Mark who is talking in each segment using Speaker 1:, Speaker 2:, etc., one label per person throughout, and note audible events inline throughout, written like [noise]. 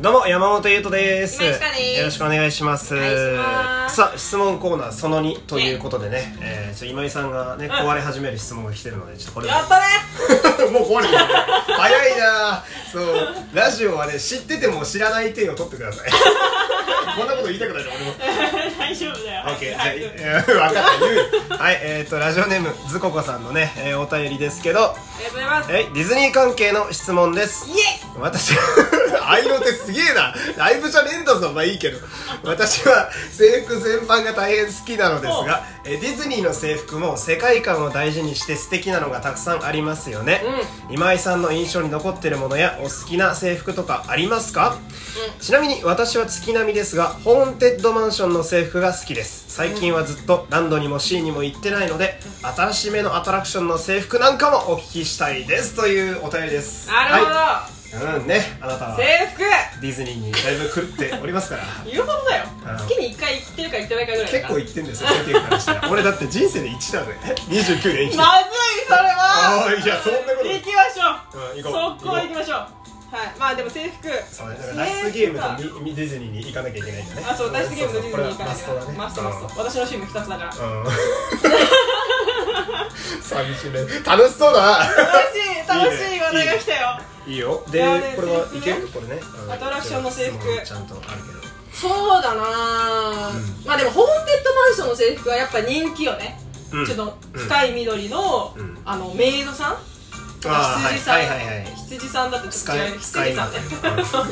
Speaker 1: どうも山本優斗です
Speaker 2: 今井千佳です
Speaker 1: よろしくお願いします
Speaker 2: お願いします
Speaker 1: さあ質問コーナーその2ということでね、えーちょ今井さんがね
Speaker 2: ん
Speaker 1: 壊れ始める質問が来てるのでちょっとこれ
Speaker 2: やったね
Speaker 1: [laughs] もう壊れてる早いなそうラジオはね知ってても知らない手を取ってください [laughs] こんなこと言いたくないじゃん俺も
Speaker 2: 大丈夫だよ
Speaker 1: オッケー、
Speaker 2: はい
Speaker 1: じゃあ、 [laughs] 分かった、言うよはい、えっ、と、ラジオネーム、ずここさんのね、えーお便りですけど、
Speaker 2: ありがとうございます
Speaker 1: えいディズニー関係の質問です。
Speaker 2: イエイ
Speaker 1: 私、愛の手すげえな。ライブじゃねえんだぞ、まあいいけど。私は制服全般が大変好きなのですが、えディズニーの制服も世界観を大事にして素敵なのがたくさんありますよね。今井さんの印象に残ってるものやお好きな制服とかありますか、ちなみに私は月並みですが、ホーンテッドマンションの制服が好きです。最近はずっと何度にも C にも行ってないので、新しめのアトラクションの制服なんかもお聞きしたいですというお便りです。
Speaker 2: なるほど、
Speaker 1: はいうんね、あなたはデ
Speaker 2: 制服
Speaker 1: ィズニーにだいぶ狂っております
Speaker 2: [laughs]
Speaker 1: から
Speaker 2: 言うほどだよ
Speaker 1: うん
Speaker 2: 月に1回行ってるか行ってないかぐらいだ
Speaker 1: 結
Speaker 2: か
Speaker 1: 構
Speaker 2: ら
Speaker 1: 言ってんですよ世間からしたら俺だって人生で1だぜ29年生きてる
Speaker 2: まずいそれは
Speaker 1: おいいやそんなこと
Speaker 2: 行きましょう、
Speaker 1: うん行こう
Speaker 2: 速攻行きましょうはいまあでも制服
Speaker 1: そうねだから
Speaker 2: 制服
Speaker 1: 脱出ゲーム
Speaker 2: か
Speaker 1: とミディズニーに行かなきゃいけないんだね
Speaker 2: あそう脱出ゲームのディズニー行かなきゃ
Speaker 1: そうそうこれは
Speaker 2: マ
Speaker 1: マ
Speaker 2: ス
Speaker 1: ス
Speaker 2: ト
Speaker 1: ト
Speaker 2: マ
Speaker 1: だね
Speaker 2: スト私の趣味2つだから楽し
Speaker 1: うん [laughs] 寂しいね楽しそうだ
Speaker 2: い楽しい話題が来たよ
Speaker 1: いいよで
Speaker 2: いやね
Speaker 1: これは
Speaker 2: 制
Speaker 1: い
Speaker 2: 服
Speaker 1: け
Speaker 2: ね
Speaker 1: るこれねうん
Speaker 2: アトラクションの制服
Speaker 1: 質問ちゃんとあるけど
Speaker 2: そうだな、
Speaker 1: う
Speaker 2: まあでもホーンテッドマンションの制服はやっぱ人気よね、
Speaker 1: うん
Speaker 2: ちょっと深い緑の、
Speaker 1: うん
Speaker 2: あのメイドさんと
Speaker 1: あ
Speaker 2: か
Speaker 1: ー
Speaker 2: 羊さん、
Speaker 1: はいはいはいはい
Speaker 2: 羊さんだとちょっと
Speaker 1: 使
Speaker 2: 違
Speaker 1: いう使
Speaker 2: 羊
Speaker 1: い
Speaker 2: さんねそう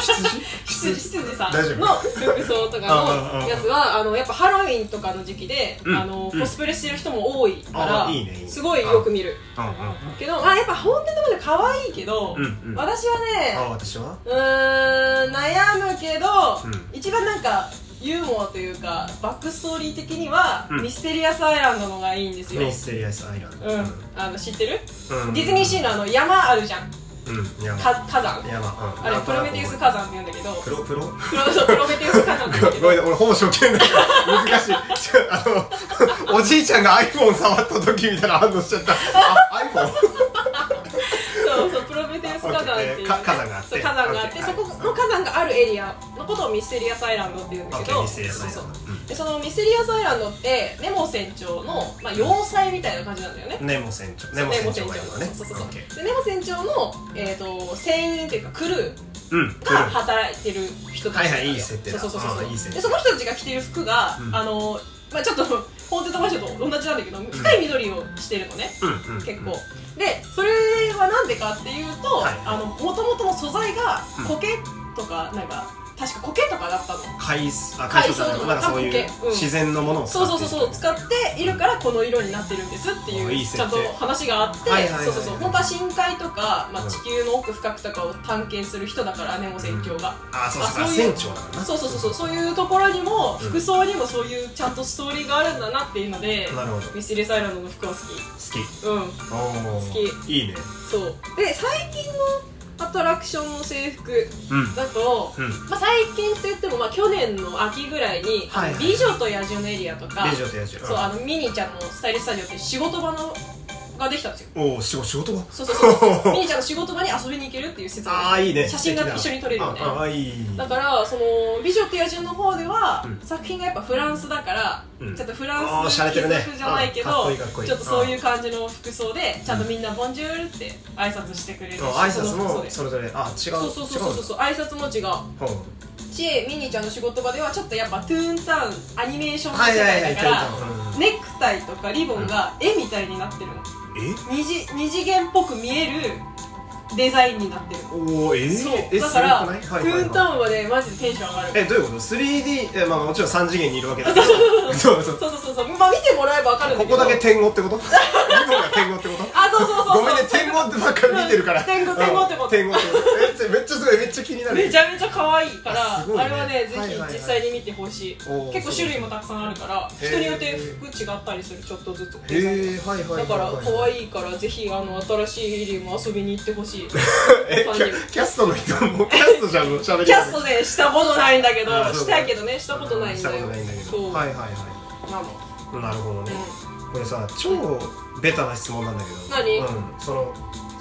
Speaker 1: 羊
Speaker 2: 羊羊さん
Speaker 1: 大丈夫
Speaker 2: の服装とかのやつはあのやっぱハロウィンとかの時期で、
Speaker 1: うん
Speaker 2: あの
Speaker 1: うん
Speaker 2: コスプレしてる人も多いから、
Speaker 1: あーいいねいいね
Speaker 2: すごいよく見る
Speaker 1: うんうんうん
Speaker 2: けど、まあ、やっぱホーンテッドマンション可愛いけど、
Speaker 1: うんうん
Speaker 2: 私はね
Speaker 1: あ私は
Speaker 2: うーん悩むけ
Speaker 1: う
Speaker 2: ど、一番なんかユーモアというかバックストーリー的には、
Speaker 1: うん
Speaker 2: ミステリアスアイランドのがいいんですよ、
Speaker 1: ミステリアスアイランド
Speaker 2: うん、あの知ってる、
Speaker 1: うん
Speaker 2: ディズニーシーのあの山あるじゃん
Speaker 1: うん山
Speaker 2: か火山
Speaker 1: 山うん
Speaker 2: あれプロメテウス火山って言うんだけど
Speaker 1: プロプロ
Speaker 2: プロそうプロメテウス火山って言うんだけ
Speaker 1: ご
Speaker 2: ど
Speaker 1: めんね、俺ほぼ初見だから難しいちょあのおじいちゃんが iPhone 触った時みたいな反応しちゃったあ iPhone?
Speaker 2: そうそうプロメテウス火山って
Speaker 1: オッケ
Speaker 2: いう、
Speaker 1: ーか火山があって
Speaker 2: そう火山があ
Speaker 1: オ
Speaker 2: って、
Speaker 1: ッケー
Speaker 2: そこの火山があるエリアのことをミステリアスアイランドっていうんだけど
Speaker 1: オッケーミステリアスアイランド
Speaker 2: そうそう
Speaker 1: うん
Speaker 2: でそのミステリアスアイランドってネモ船長の、まあ、要塞みたいな感じなんだよね
Speaker 1: ネモ船長
Speaker 2: ネ
Speaker 1: ネ
Speaker 2: モ
Speaker 1: モ船
Speaker 2: 船長
Speaker 1: 長がいるのね
Speaker 2: そうそうそう
Speaker 1: オッケー
Speaker 2: でネモ船長の、えー、と船員というかクルー
Speaker 1: うん
Speaker 2: が働いてる人たちなんだよ
Speaker 1: はいはいいい設定だ
Speaker 2: そうそうそうそう
Speaker 1: あーいい設定
Speaker 2: でその人たちが着てる服が、
Speaker 1: うん
Speaker 2: あのまあ、ちょっとホーンテッドマンションと同じなんだけど深い緑をしてるのね、
Speaker 1: うんうん
Speaker 2: 結構でそれはなんでかっていうと、
Speaker 1: はい
Speaker 2: あの元々の素材が
Speaker 1: うん
Speaker 2: 苔とかなんか確か苔とかだったの
Speaker 1: 海藻あ
Speaker 2: 海
Speaker 1: 海
Speaker 2: 藻
Speaker 1: 藻
Speaker 2: とか
Speaker 1: じゃないなんかそういう
Speaker 2: 多分うん
Speaker 1: 自然のものを使
Speaker 2: そう
Speaker 1: って
Speaker 2: そうそうそう使っているからこの色になってるんですっていう
Speaker 1: あいい設
Speaker 2: ち
Speaker 1: 定
Speaker 2: ゃんと話があって
Speaker 1: はいはいはい
Speaker 2: そ
Speaker 1: は
Speaker 2: う
Speaker 1: い
Speaker 2: そうそう本当は深海とか、ま
Speaker 1: う
Speaker 2: あ、
Speaker 1: ん
Speaker 2: 地球の奥深くとかを探検する人だからねもう船長が、
Speaker 1: あそうそう
Speaker 2: あ
Speaker 1: あ
Speaker 2: そういう
Speaker 1: 船長だからな
Speaker 2: そうそうそうそうそういうところにも
Speaker 1: うん
Speaker 2: 服装にもそういうちゃんとストーリーがあるんだなっていうので、
Speaker 1: なるほど好
Speaker 2: ミステリーサイランドの服は好き
Speaker 1: き
Speaker 2: うん
Speaker 1: おー
Speaker 2: 好
Speaker 1: いいね
Speaker 2: そうで最近のアトラクションの制服
Speaker 1: うん
Speaker 2: だと、
Speaker 1: うん
Speaker 2: まあ、最近といっても、まあ、去年の秋ぐらいに「あの
Speaker 1: はいはい
Speaker 2: 美女と野獣」のエリアとか
Speaker 1: レジオとやじ
Speaker 2: そうあのミニちゃんのスタイリストスタジオって仕事場のができた
Speaker 1: [laughs]
Speaker 2: んですよ
Speaker 1: おお仕事仕事は
Speaker 2: そうそうそうミニちゃんの仕事場に遊びに行けるっていう施設
Speaker 1: ああいいね
Speaker 2: 写真が一緒に撮れるよね
Speaker 1: ああいい
Speaker 2: だからその「美女と野獣」の方では、
Speaker 1: うん
Speaker 2: 作品がやっぱフランスだから、
Speaker 1: うん
Speaker 2: ちょっとフ
Speaker 1: あ
Speaker 2: ラン
Speaker 1: ー
Speaker 2: ス
Speaker 1: 洒落てるね
Speaker 2: 貴族じゃないけ
Speaker 1: あーかっ
Speaker 2: ど
Speaker 1: こいいかっこいい
Speaker 2: ちょっとそういう感じの服装でちゃんとみんな「ボンジュール」って挨拶してくれるし
Speaker 1: そう挨拶
Speaker 2: その服装
Speaker 1: も
Speaker 2: で
Speaker 1: それぞれあ違う
Speaker 2: そうそうそうそうそう挨拶も違う
Speaker 1: 違ううん
Speaker 2: しミニちゃんの仕事場ではちょっとやっぱトゥーンタウンアニメーションの
Speaker 1: はい
Speaker 2: 世
Speaker 1: はいはい
Speaker 2: 界だ
Speaker 1: いた
Speaker 2: から
Speaker 1: い
Speaker 2: ネクタイとかリボンが絵みたいになってるの
Speaker 1: た
Speaker 2: 二次二次元っぽく見えるデザインになってる
Speaker 1: うんえおおえー
Speaker 2: そう
Speaker 1: え
Speaker 2: だから
Speaker 1: すごくな
Speaker 2: トゥ
Speaker 1: いはいはいはい
Speaker 2: ーンタウンはねマジでテンション上がる
Speaker 1: えどういうこと 3D えまあもちろん三次元にいるわけだけどそうそう
Speaker 2: そうそうそうそうまあ見てもらえばわかるん
Speaker 1: こ
Speaker 2: だけど
Speaker 1: こだけ天狗ってことリ
Speaker 2: [laughs]
Speaker 1: ボンが天狗ってこと
Speaker 2: あそうそう
Speaker 1: ご
Speaker 2: そうそう
Speaker 1: めんね天狗ってばっかり見てるから
Speaker 2: うん天狗天狗ってこと
Speaker 1: うん天狗ってことえめっちゃすごいめっちゃ気になる
Speaker 2: めちゃめちゃ可愛いから
Speaker 1: あ
Speaker 2: あ
Speaker 1: すごいね
Speaker 2: れはねぜ
Speaker 1: はいはいはい
Speaker 2: ひ実際に見てほしい
Speaker 1: おー
Speaker 2: 結構種類もたくさんあるから
Speaker 1: へー
Speaker 2: 人によって服違ったりするちょっとずつ
Speaker 1: へえはいはい
Speaker 2: だから可
Speaker 1: い
Speaker 2: 愛いからぜひあの新しいエリアも遊びに行ってほしい
Speaker 1: えキャキャストの人もキャストじゃんもう喋り方
Speaker 2: キャストでしたことないんだけど
Speaker 1: あそうだ
Speaker 2: したいけどねしたことないん
Speaker 1: した
Speaker 2: だ
Speaker 1: こ
Speaker 2: よ
Speaker 1: とないんだけ
Speaker 2: そ
Speaker 1: ど
Speaker 2: う
Speaker 1: はいはいは
Speaker 2: なの
Speaker 1: いなるほど
Speaker 2: う
Speaker 1: ね
Speaker 2: ん
Speaker 1: これさ超ベタな質問なんだけど
Speaker 2: 何
Speaker 1: うん、その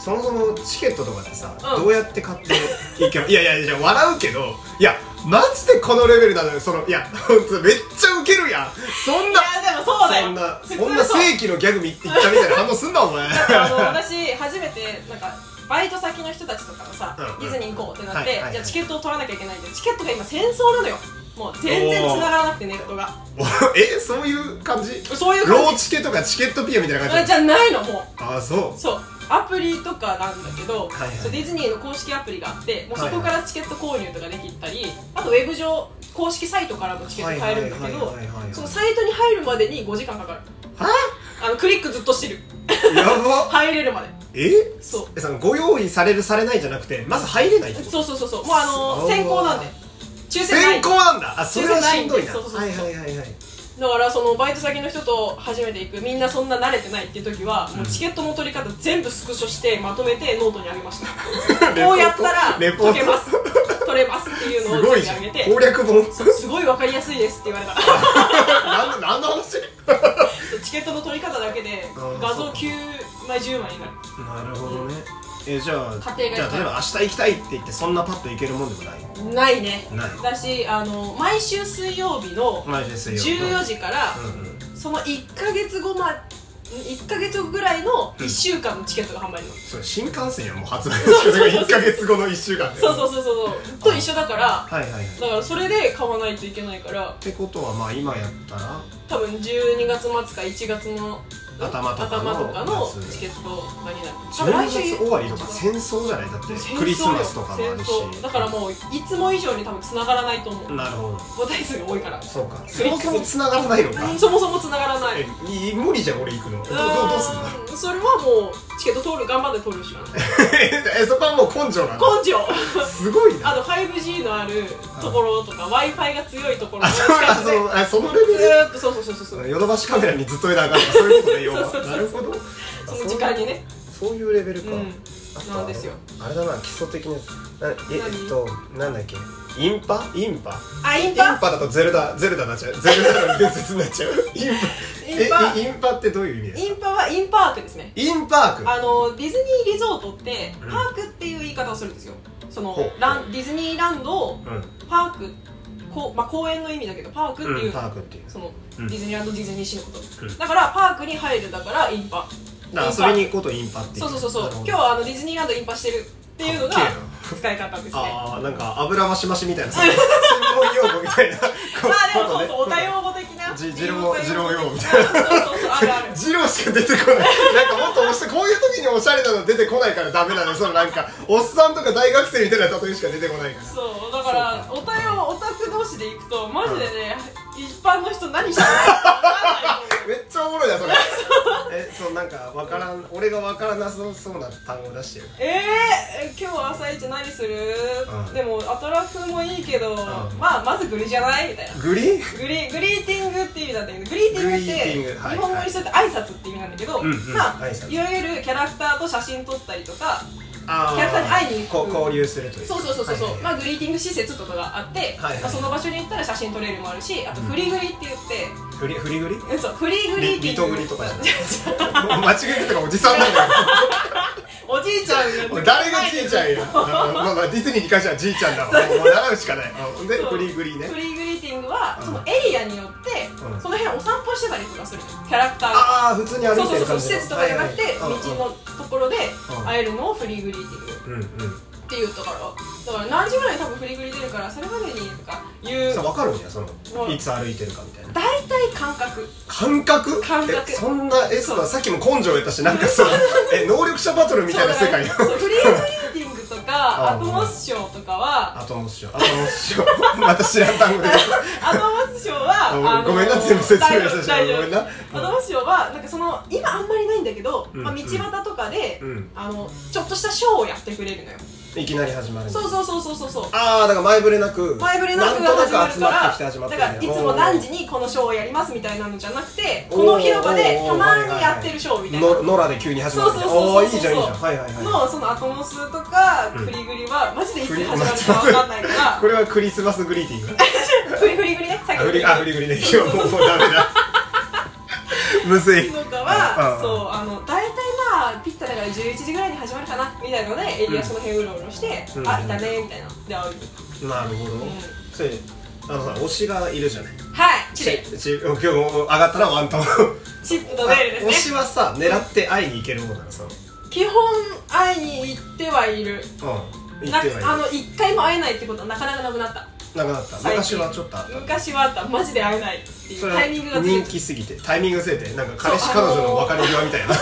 Speaker 1: そもそもチケットとかってさ、
Speaker 2: うん
Speaker 1: どうやって買っていけばいやいやいや笑うけどいやマジでこのレベルなのよそのいや本当めっちゃウケるやんそん
Speaker 2: い
Speaker 1: な
Speaker 2: やでもそうだよ
Speaker 1: そんな
Speaker 2: 普通
Speaker 1: そんな
Speaker 2: そう
Speaker 1: 正規のギャグ見って言ったみたいな反応すんなお前
Speaker 2: だってあの私初めてなんかバイト先の人たちとかがさ、
Speaker 1: うんうん
Speaker 2: ディズニー行こうってなって、
Speaker 1: はいはい
Speaker 2: じゃあチケットを取らなきゃいけないんでチケットが今戦争なのよもう全然繋がらなくてネットが
Speaker 1: [laughs] えそういう感じ
Speaker 2: そういう
Speaker 1: ロ
Speaker 2: 感
Speaker 1: ーチケとかチケットピアみたいな
Speaker 2: じ
Speaker 1: 感じ
Speaker 2: じゃないのも
Speaker 1: ああそう
Speaker 2: うそうアプリとかなんだけど、
Speaker 1: はいはい
Speaker 2: そうディズニーの公式アプリがあってもうそ
Speaker 1: はいは
Speaker 2: こ
Speaker 1: い
Speaker 2: からチケット購入とかできたり、あとウェブ上公式サイトからもチケット買えるんだけど
Speaker 1: はいはいはいはいはい
Speaker 2: そのサイトに入るまでに5時間かかるあのクリックずっとしてる
Speaker 1: や
Speaker 2: [laughs]
Speaker 1: ば
Speaker 2: 入れるまで
Speaker 1: え
Speaker 2: そう
Speaker 1: えさんご用意されるされないじゃなくてまず入れないってこと
Speaker 2: そうそうそうそうもうあの
Speaker 1: そう
Speaker 2: 先行なんで抽選ない
Speaker 1: 先行なんだあそれは
Speaker 2: 抽選ない
Speaker 1: しんどいな
Speaker 2: そうそうそう
Speaker 1: はいはいはいはい
Speaker 2: だからそのバイト先の人と初めて行くみんなそんな慣れてないっていう時は、もうチケットの取り方全部スクショしてまとめてノートにあげました
Speaker 1: レポート
Speaker 2: こうやったら
Speaker 1: レポート
Speaker 2: 解けます取れますっていう
Speaker 1: す
Speaker 2: のを
Speaker 1: ごいじゃ
Speaker 2: 全部
Speaker 1: ん
Speaker 2: あげて
Speaker 1: 攻略本 [laughs]
Speaker 2: そうすごい分かりやすいですって言われたそ
Speaker 1: なんで何の話
Speaker 2: うチケットの取り方だけで
Speaker 1: あー
Speaker 2: 画
Speaker 1: そうか
Speaker 2: 像9枚10枚になる
Speaker 1: なるほどねえじゃあ
Speaker 2: 家庭がいっぱい
Speaker 1: じゃあ例えば明日行きたいって言ってそんなパッと行けるもんでもない
Speaker 2: ないね
Speaker 1: ない
Speaker 2: だしあの毎週水曜日の
Speaker 1: マジですよ
Speaker 2: 14時から
Speaker 1: うんうん
Speaker 2: その1か月後ま1か月後ぐらいの1週間のチケットが販売の
Speaker 1: それ新幹線やもう発売してる1か月後の1週間で
Speaker 2: そうそうそうそうそうと一緒だから
Speaker 1: はいはいはいっ
Speaker 2: だからそれで買わないといけないから
Speaker 1: てことはまあ今やったら
Speaker 2: 多分12月末か1月の
Speaker 1: 頭とかの
Speaker 2: 頭とかの
Speaker 1: やつ
Speaker 2: チケットがになる多分
Speaker 1: 12月終わりとか戦争じゃないだって
Speaker 2: 戦争よ
Speaker 1: クリスマスとかもある
Speaker 2: 戦争
Speaker 1: し
Speaker 2: だからもういつも以上に多分繋がらないと思う
Speaker 1: なるほど
Speaker 2: 個体数が多いから
Speaker 1: そうか
Speaker 2: ク
Speaker 1: そ
Speaker 2: リッ
Speaker 1: も
Speaker 2: クする
Speaker 1: そも繋がらないのか
Speaker 2: そもそも繋がらない
Speaker 1: えい無理じゃん俺行くのどうどうどうすんの [laughs]
Speaker 2: うーんそれはもうチケット取る頑張って取るしかない
Speaker 1: えそこはもう根性なの
Speaker 2: 根性
Speaker 1: すごいな
Speaker 2: あの 5G のあるところとか w i f i が強いところの
Speaker 1: あそうあ
Speaker 2: 近く
Speaker 1: そ
Speaker 2: で
Speaker 1: うあそのレベ
Speaker 2: ず
Speaker 1: ル
Speaker 2: ーっとそうそうそうそうそう
Speaker 1: ヨドバシカメラにずっといなあかんとかそういうことね要
Speaker 2: [laughs] そうそ
Speaker 1: は
Speaker 2: うそう
Speaker 1: なるほど
Speaker 2: その時間にね
Speaker 1: そういうレベル
Speaker 2: う
Speaker 1: か、
Speaker 2: ん
Speaker 1: あと
Speaker 2: なんですよ
Speaker 1: あれだな基礎的なやつなえ
Speaker 2: 何
Speaker 1: えっとなんだっけインパインパ
Speaker 2: あイ
Speaker 1: イ
Speaker 2: ン
Speaker 1: ン
Speaker 2: パ
Speaker 1: パだとゼルダゼルダになっちゃうゼルダの伝説になっちゃうインパ
Speaker 2: インパ
Speaker 1: えインパってどういう意味です
Speaker 2: イ
Speaker 1: か
Speaker 2: ンパはインパークですね
Speaker 1: インパーク
Speaker 2: あのディズニーリゾートって
Speaker 1: うん
Speaker 2: パークっていう言い方をするんですよそ
Speaker 1: ほ
Speaker 2: の
Speaker 1: う
Speaker 2: ランディズニーランドを
Speaker 1: うん
Speaker 2: パークこう、まあ、公園の意味だけどパークっていう、
Speaker 1: うんパークっていう
Speaker 2: その
Speaker 1: う
Speaker 2: デ
Speaker 1: ん
Speaker 2: ィズニーランドディズニーシーのこと、
Speaker 1: うん
Speaker 2: だからパークに入るだからインパ
Speaker 1: だから遊びに行くことをインパってい
Speaker 2: そうそうそうそう
Speaker 1: なるほ
Speaker 2: 今
Speaker 1: ど
Speaker 2: 日はあのディズニーランドインパしてるっていうのが
Speaker 1: かっけ
Speaker 2: 使い方ですねまあ
Speaker 1: ああなんか油増し増しみたい
Speaker 2: [laughs]
Speaker 1: なそういう専門用語みたいなこ
Speaker 2: でもそうそう
Speaker 1: こ
Speaker 2: お
Speaker 1: とね
Speaker 2: 対応語的な
Speaker 1: じじろう
Speaker 2: お対応語的
Speaker 1: じろうよみた
Speaker 2: そうそうそうあるある
Speaker 1: ジローしか出てこないなんかもっとおしこういう時におしゃれなの出てこないからダメなのよそのなんかおっさんとか大学生みたいな例えしか出てこないから
Speaker 2: そうだから
Speaker 1: そ
Speaker 2: おたよオタク同士で行くとマジでね、一般の人何してるか分かんない
Speaker 1: めっちゃおもろいな
Speaker 2: [laughs]
Speaker 1: それえそうなんかわからん俺がわからなそうそうな単語出してる
Speaker 2: えー、今日は朝一何する、
Speaker 1: うん
Speaker 2: でもアトラクもいいけど、まあまずグリじゃないみたいな
Speaker 1: グリーン
Speaker 2: グリグリーティングっていう意味なんだけどグリーティングっ
Speaker 1: グリーティング
Speaker 2: て
Speaker 1: はい
Speaker 2: 日本語にすると挨拶っていう意味なんだけど、
Speaker 1: うんうん
Speaker 2: まあ
Speaker 1: 挨拶
Speaker 2: いわゆるキャラクターと写真撮ったりとか
Speaker 1: あー
Speaker 2: 客さんに会いに行く
Speaker 1: こ交流するという
Speaker 2: そうそうそうそうそう、
Speaker 1: はいはい
Speaker 2: まあ、グリーティング施設とかがあって、
Speaker 1: はいはい
Speaker 2: まあ、その場所に行ったら写真撮れるもあるしあとフリグリって言って、
Speaker 1: フリフリグリ
Speaker 2: えそうフリーグリーティング
Speaker 1: リリトグリとか
Speaker 2: [laughs]
Speaker 1: じゃない間違えてとかおじさんなんだよ
Speaker 2: おじいちゃんが
Speaker 1: 俺誰がじいちゃんやまあまあディズニーに関してはじいちゃんだわもうもう習うしかないうんで
Speaker 2: そう
Speaker 1: フリグリね
Speaker 2: フリーグリーティングは
Speaker 1: うん
Speaker 2: そのエリアによって、
Speaker 1: うん
Speaker 2: その辺お散歩してたりとかするキャラクターが
Speaker 1: ああ普通に歩い
Speaker 2: そ
Speaker 1: て
Speaker 2: うそ
Speaker 1: る
Speaker 2: うそう
Speaker 1: 感
Speaker 2: 施
Speaker 1: じ
Speaker 2: 設とかじゃなくて、
Speaker 1: はいはい
Speaker 2: 道のところで
Speaker 1: うん
Speaker 2: 会えるのをフリーグリーティング
Speaker 1: うんうん
Speaker 2: っていうところだから何時ぐらいに多分フリーグリ出るからそれまでにとかいう
Speaker 1: さ分かるんやその
Speaker 2: うん
Speaker 1: いつ歩いてるかみたいな
Speaker 2: 大体感覚
Speaker 1: 感覚
Speaker 2: 感覚
Speaker 1: えそんなえ
Speaker 2: そ
Speaker 1: そ
Speaker 2: う
Speaker 1: うださっきも根性やったしなんか
Speaker 2: [laughs]
Speaker 1: そうえ能力者バトルみたいな世界
Speaker 2: そうだからそうフリーグリーティングとか
Speaker 1: あ
Speaker 2: アトモス賞とかは
Speaker 1: アトモス賞アトモス賞また知らん単語で
Speaker 2: アトモス賞は
Speaker 1: あ
Speaker 2: あの
Speaker 1: ごめんな全部説明
Speaker 2: 大丈
Speaker 1: させ
Speaker 2: 夫
Speaker 1: て
Speaker 2: 大
Speaker 1: ご
Speaker 2: 丈
Speaker 1: めんな
Speaker 2: 夫アトモス賞はなんかその今あんまりないんだけど、
Speaker 1: うん
Speaker 2: まあ、道端とかで、
Speaker 1: うん
Speaker 2: あのちょっとしたショーをやってくれるのよ、
Speaker 1: いきなり始まるんだ
Speaker 2: そうそうそうそうそうそう
Speaker 1: ああだから前触れなく
Speaker 2: 前触れなく
Speaker 1: な
Speaker 2: が
Speaker 1: ん
Speaker 2: 始
Speaker 1: と
Speaker 2: ま
Speaker 1: なく
Speaker 2: る
Speaker 1: 集
Speaker 2: か
Speaker 1: まって
Speaker 2: ら
Speaker 1: きて始まって
Speaker 2: だ
Speaker 1: る
Speaker 2: からいつも何時
Speaker 1: に
Speaker 2: にこのショーをやりますみたいなのじゃなくて
Speaker 1: おー
Speaker 2: この広場で
Speaker 1: おー
Speaker 2: たまにやってるショーみたいな
Speaker 1: 野良で急に始まるみたいな
Speaker 2: そうそうそうそう
Speaker 1: おーいいじゃんいいじゃんはいはいは
Speaker 2: のそのアトモスとか
Speaker 1: うん
Speaker 2: フリグリはマジでいつ
Speaker 1: フ
Speaker 2: 始
Speaker 1: リ
Speaker 2: まるか分かんな
Speaker 1: [laughs]
Speaker 2: いから
Speaker 1: いこれはクリスマスグリーティング
Speaker 2: フリフリグリねさっ
Speaker 1: あ
Speaker 2: き
Speaker 1: フリあフリグリ
Speaker 2: [laughs]
Speaker 1: ね今日もうダメだむずい
Speaker 2: とか
Speaker 1: う
Speaker 2: は
Speaker 1: ん
Speaker 2: そうあの大体まああピッタだから11時ぐらいに始まるかなみたいのでエリアその辺うろうろして、
Speaker 1: うん
Speaker 2: あいたねみたいなで会う
Speaker 1: なるほど、
Speaker 2: ん
Speaker 1: それあのさ推しがいるじゃない
Speaker 2: はいチリ
Speaker 1: ちち今日上がったらワンタン
Speaker 2: チップとベール
Speaker 1: 推
Speaker 2: です
Speaker 1: し
Speaker 2: ね
Speaker 1: はさ狙って会いに行けるもんなのさ
Speaker 2: 基本会いに行ってはいる
Speaker 1: うん行
Speaker 2: な
Speaker 1: ってはいる
Speaker 2: あの1回も会えないってことはなかなかなくなった
Speaker 1: なくなった
Speaker 2: 最
Speaker 1: 昔
Speaker 2: 近
Speaker 1: はちょっとあった
Speaker 2: 昔はあったマジで会えないっていう
Speaker 1: それは
Speaker 2: タイミングがずれ
Speaker 1: 人
Speaker 2: て
Speaker 1: 気すぎてタイミングがずれてなんか彼氏
Speaker 2: そう
Speaker 1: 彼
Speaker 2: あのー
Speaker 1: 女の別れ際みたいな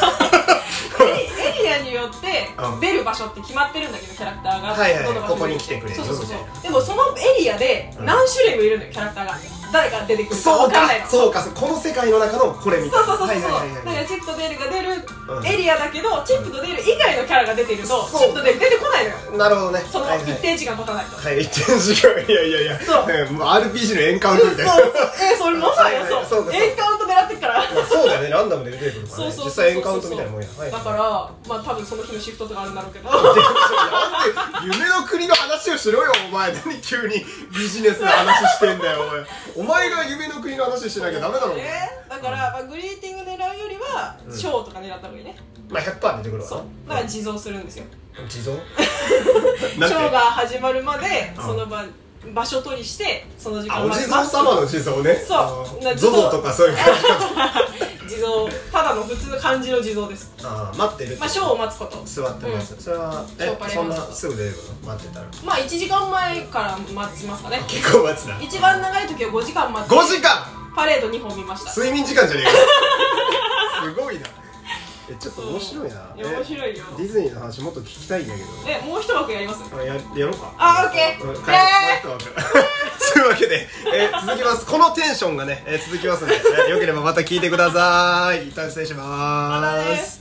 Speaker 2: エリアによって
Speaker 1: うん
Speaker 2: 出る場所って決まってるんだけどキャラクターが、
Speaker 1: はいはい
Speaker 2: どの場所
Speaker 1: ここに来てくれる
Speaker 2: そうそうそう
Speaker 1: みたいな
Speaker 2: でもそのエリアで
Speaker 1: うん
Speaker 2: 何種類もいるのよキャラクターが誰が出てくるか
Speaker 1: そう
Speaker 2: 分かん
Speaker 1: か
Speaker 2: ないの
Speaker 1: そうかそうこの世界の中のこれみた
Speaker 2: そ
Speaker 1: いうな
Speaker 2: そうそうそう、
Speaker 1: はいはいはいは
Speaker 2: だか
Speaker 1: い
Speaker 2: らチップとデールが出
Speaker 1: うん
Speaker 2: るエリアだけど、チップとデール以外のキャラが出てると、
Speaker 1: そう
Speaker 2: チップとデール出てこないのよ
Speaker 1: なるほどね
Speaker 2: その
Speaker 1: はいはい
Speaker 2: 一定時間経たないと、
Speaker 1: はい、一点時間、いやいやいや、
Speaker 2: そう
Speaker 1: ねもう RPG のエンカウン
Speaker 2: う
Speaker 1: ト
Speaker 2: ん
Speaker 1: み
Speaker 2: そ
Speaker 1: たいな。
Speaker 2: うえそれまさや
Speaker 1: はいはい
Speaker 2: そ
Speaker 1: そう
Speaker 2: う
Speaker 1: か
Speaker 2: エンカウント狙ってっから
Speaker 1: そうだよね、ランダムで出てくるから
Speaker 2: そう
Speaker 1: ね。
Speaker 2: そうそうそ
Speaker 1: 実際
Speaker 2: う
Speaker 1: エンカウントみたいなもんや。はい
Speaker 2: だからまあ多分その日のシフトとかあるんだ
Speaker 1: [laughs]
Speaker 2: ろうけど
Speaker 1: なんで夢の国の話をしろよお前何急にビジネスの話してんだよ
Speaker 2: [laughs]
Speaker 1: お前お前が夢の国の話しなきゃダメだろお前
Speaker 2: ねだから、まあ、グリーティング狙うよりは、
Speaker 1: うん
Speaker 2: ショーとか狙った方がいいね
Speaker 1: まあ100%出てくるわ
Speaker 2: そうだから自蔵するんですよ
Speaker 1: 地蔵
Speaker 2: ショ [laughs]
Speaker 1: なんて
Speaker 2: ーが始まるまで
Speaker 1: うん
Speaker 2: その場場所取りしてその時
Speaker 1: あ
Speaker 2: 間
Speaker 1: お
Speaker 2: まで
Speaker 1: 地蔵様の地蔵ね
Speaker 2: そう
Speaker 1: あの
Speaker 2: 地
Speaker 1: ゾ
Speaker 2: 蔵
Speaker 1: ゾとかそういう感じ
Speaker 2: [laughs] 地蔵ただの普通の漢字の地蔵です
Speaker 1: ああ待ってる
Speaker 2: まあショーを待つこと
Speaker 1: 座ってます、それは
Speaker 2: ショー
Speaker 1: え
Speaker 2: パレ
Speaker 1: そんなすぐ出れるの待ってたら
Speaker 2: まあ1時間前から待ちますかね
Speaker 1: 結構待つな5
Speaker 2: 一番長い時は5時間待って
Speaker 1: 時間
Speaker 2: パレード2本見ました
Speaker 1: 睡眠時間じゃねえ
Speaker 2: [laughs]
Speaker 1: かすごいなえちょっと面白いな
Speaker 2: や
Speaker 1: え
Speaker 2: 面白いよ
Speaker 1: ディズニーの話もっと聞きたいんだけど
Speaker 2: えもう一枠やります
Speaker 1: あややろうか
Speaker 2: あオッケー
Speaker 1: うん
Speaker 2: イエーイ
Speaker 1: 帰ろう待って待って [laughs] というわけで、えー続きますこのテンションがね、えー続きますので、えーよければまた聞いてください一旦失礼しま
Speaker 2: また
Speaker 1: ー
Speaker 2: ね
Speaker 1: す